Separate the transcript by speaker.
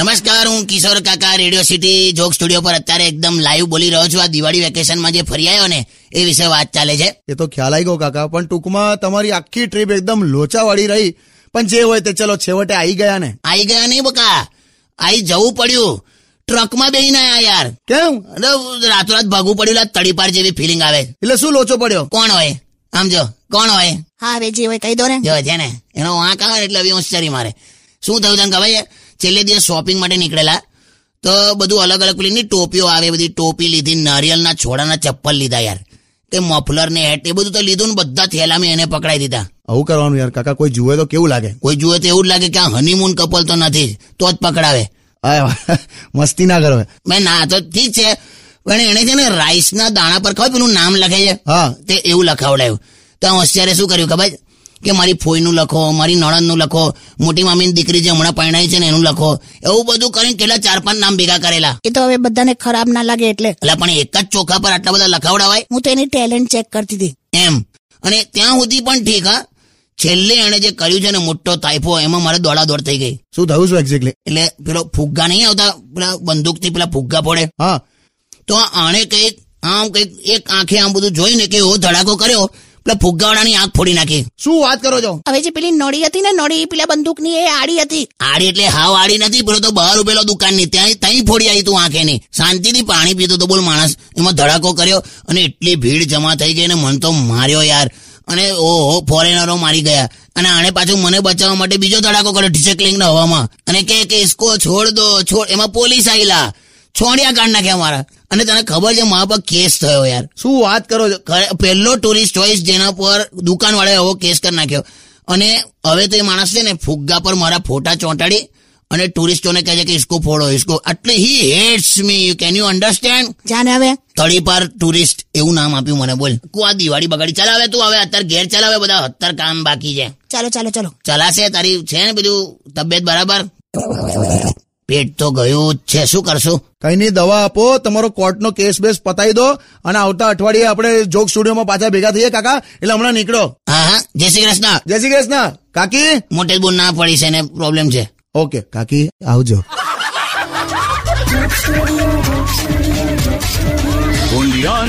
Speaker 1: નમસ્કાર હું Kishore Kaka Radio City joke studio પર અત્યારે એકદમ લાઈવ બોલી રહ્યો છું આ દિવાળી વેકેશનમાં જે ફરી આવ્યો ને એ વિશે વાત ચાલે છે
Speaker 2: એ તો ખ્યાલ આવી ગયો કાકા પણ ટૂંકમાં તમારી આખી ટ્રીપ એકદમ લોચાવાળી રહી પણ જે હોય તે ચલો છેવટે આવી ગયા ને
Speaker 1: આવી ગયા નહીં બકા આવી જવું પડ્યું ટ્રકમાં બેહીને આયા યાર
Speaker 2: કેમ
Speaker 1: અને રાતોરાત ભાગવું પડ્યું લા તડીપાર જેવી ફિલિંગ આવે
Speaker 2: એટલે શું લોચો પડ્યો
Speaker 1: કોણ હોય આમ જો કોણ હોય
Speaker 3: હા હવે જે હોય કહી દો ને
Speaker 1: જો છે ને એનો વાંક આવે ને એટલે હવે હોશિયારી મારે શું થયું તને ખબર છે છેલ્લે દિવસ શોપિંગ માટે નીકળેલા તો બધું અલગ અલગ પેલીની ટોપીઓ આવે એ બધી ટોપી લીધી નારિયેલના છોડાના ચપ્પલ લીધા યાર કે મફલર ને હેટ એ બધું તો લીધું ને બધા થેલામાં એને પકડાઈ દીધા
Speaker 2: આવું કરવાનું યાર કાકા કોઈ જુએ તો કેવું લાગે
Speaker 1: કોઈ જુએ તો એવું જ લાગે કે આ હનીમૂન કપલ તો નથી જ તો જ પકડાવે
Speaker 2: આય વાહ, મસ્તી ના કરો
Speaker 1: મેં ના તો ઠીક છે પણ એણે છે ને રાઈસના દાણા પર ખબર પેલું નામ લખે છે
Speaker 2: હા
Speaker 1: તે એવું લખાવડાયું તો આ હોશિયારે શું કર્યું ખબર છે? કે મારી ફોઈનું લખો મારી નણંદનું લખો મોટી મામીની દીકરી જે હમણાં પરણાઈ છે ને એનું લખો એવું બધું કરીને કેટલા ચાર પાંચ નામ ભેગા કરેલા
Speaker 3: એ તો હવે બધાને ખરાબ ના લાગે એટલે
Speaker 1: એટલે પણ એક જ ચોખા પર આટલા બધા લખાવડાવાય
Speaker 3: હું તો એની ટેલેન્ટ ચેક કરતી હતી
Speaker 1: એમ અને ત્યાં સુધી પણ ઠીક હા છેલ્લે એણે જે કર્યું છે ને મોટો તાઇફો એમાં મારે દોડાદોડ થઈ ગઈ
Speaker 2: શું થયું શું એક્ઝેક્ટલી
Speaker 1: એટલે પેલો ફુગ્ગા નહીં આવતા પેલા બંદૂકથી પેલા ફુગ્ગા ફોડે
Speaker 2: હા
Speaker 1: તો આણે કંઈક આમ કંઈક એક આંખે આમ બધું જોઈને કે એવો ધડાકો કર્યો એટલે ફુગ્ગાવાળાની આંખ ફોડી નાખી
Speaker 2: શું વાત કરો છો
Speaker 3: હવે જે પેલી નળી હતી ને નળી પેલા બંદૂકની એ આડી હતી
Speaker 1: આડી એટલે હાવ આડી નથી પેલો તો બહાર ઉભેલો દુકાનની ત્યાં ત્યાં ફોડી આવી તું આંખેની શાંતિથી પાણી પીતો તો બોલ માણસ એમાં ધડાકો કર્યો અને એટલી ભીડ જમા થઈ ગઈ અને મને તો માર્યો યાર અને ઓહો ફોરેનરો મારી ગયા અને આણે પાછું મને બચાવવા માટે બીજો ધડાકો કર્યો ડિસેકલિંગના હવામાં અને કે કે ઇસકો છોડ દો છોડ એમાં પોલીસ આવેલા છોડ્યા કાઢ નાખ્યા મારા અને તને ખબર છે મારા પર કેસ થયો યાર
Speaker 2: શું વાત કરો છો
Speaker 1: ખરે- પહેલો ટુરિસ્ટ ચોઈસ જેના પર દુકાનવાળાએ એવો કેસ કરી નાખ્યો અને હવે તો એ માણસ છે ને ફુગ્ગા પર મારા ફોટા ચોંટાડી અને ટુરિસ્ટોને કહે છે કે ઇસકો ફોડો ઇસકો એટલે he hates me you can you understand
Speaker 3: જાને હવે
Speaker 1: તળી પર ટુરિસ્ટ એવું નામ આપ્યું મને બોલ તું આ દિવાળી બગાડી ચલાવે તું હવે અત્યારે ઘેર ચલાવે બધા અત્યારે કામ બાકી છે
Speaker 3: ચાલો ચાલો ચાલો
Speaker 1: ચલાશે તારી છે ને બધું તબિયત બરાબર પેટ તો ગયું જ છે શું કરશું
Speaker 2: કઈ નહીં દવા આપો તમારો કોર્ટનો કેસ બેસ પતાવી દો અને આવતા અઠવાડિયે આપણે જોક સ્ટુડિયોમાં પાછા ભેગા થઈએ કાકા એટલે હમણાં નીકળો
Speaker 1: હા હા જય શ્રી કૃષ્ણ
Speaker 2: જય શ્રી કૃષ્ણ કાકી
Speaker 1: મોટેલ બોલ ના પડી છે ને પ્રોબ્લેમ છે
Speaker 2: ઓકે કાકી આવજો
Speaker 4: Undian.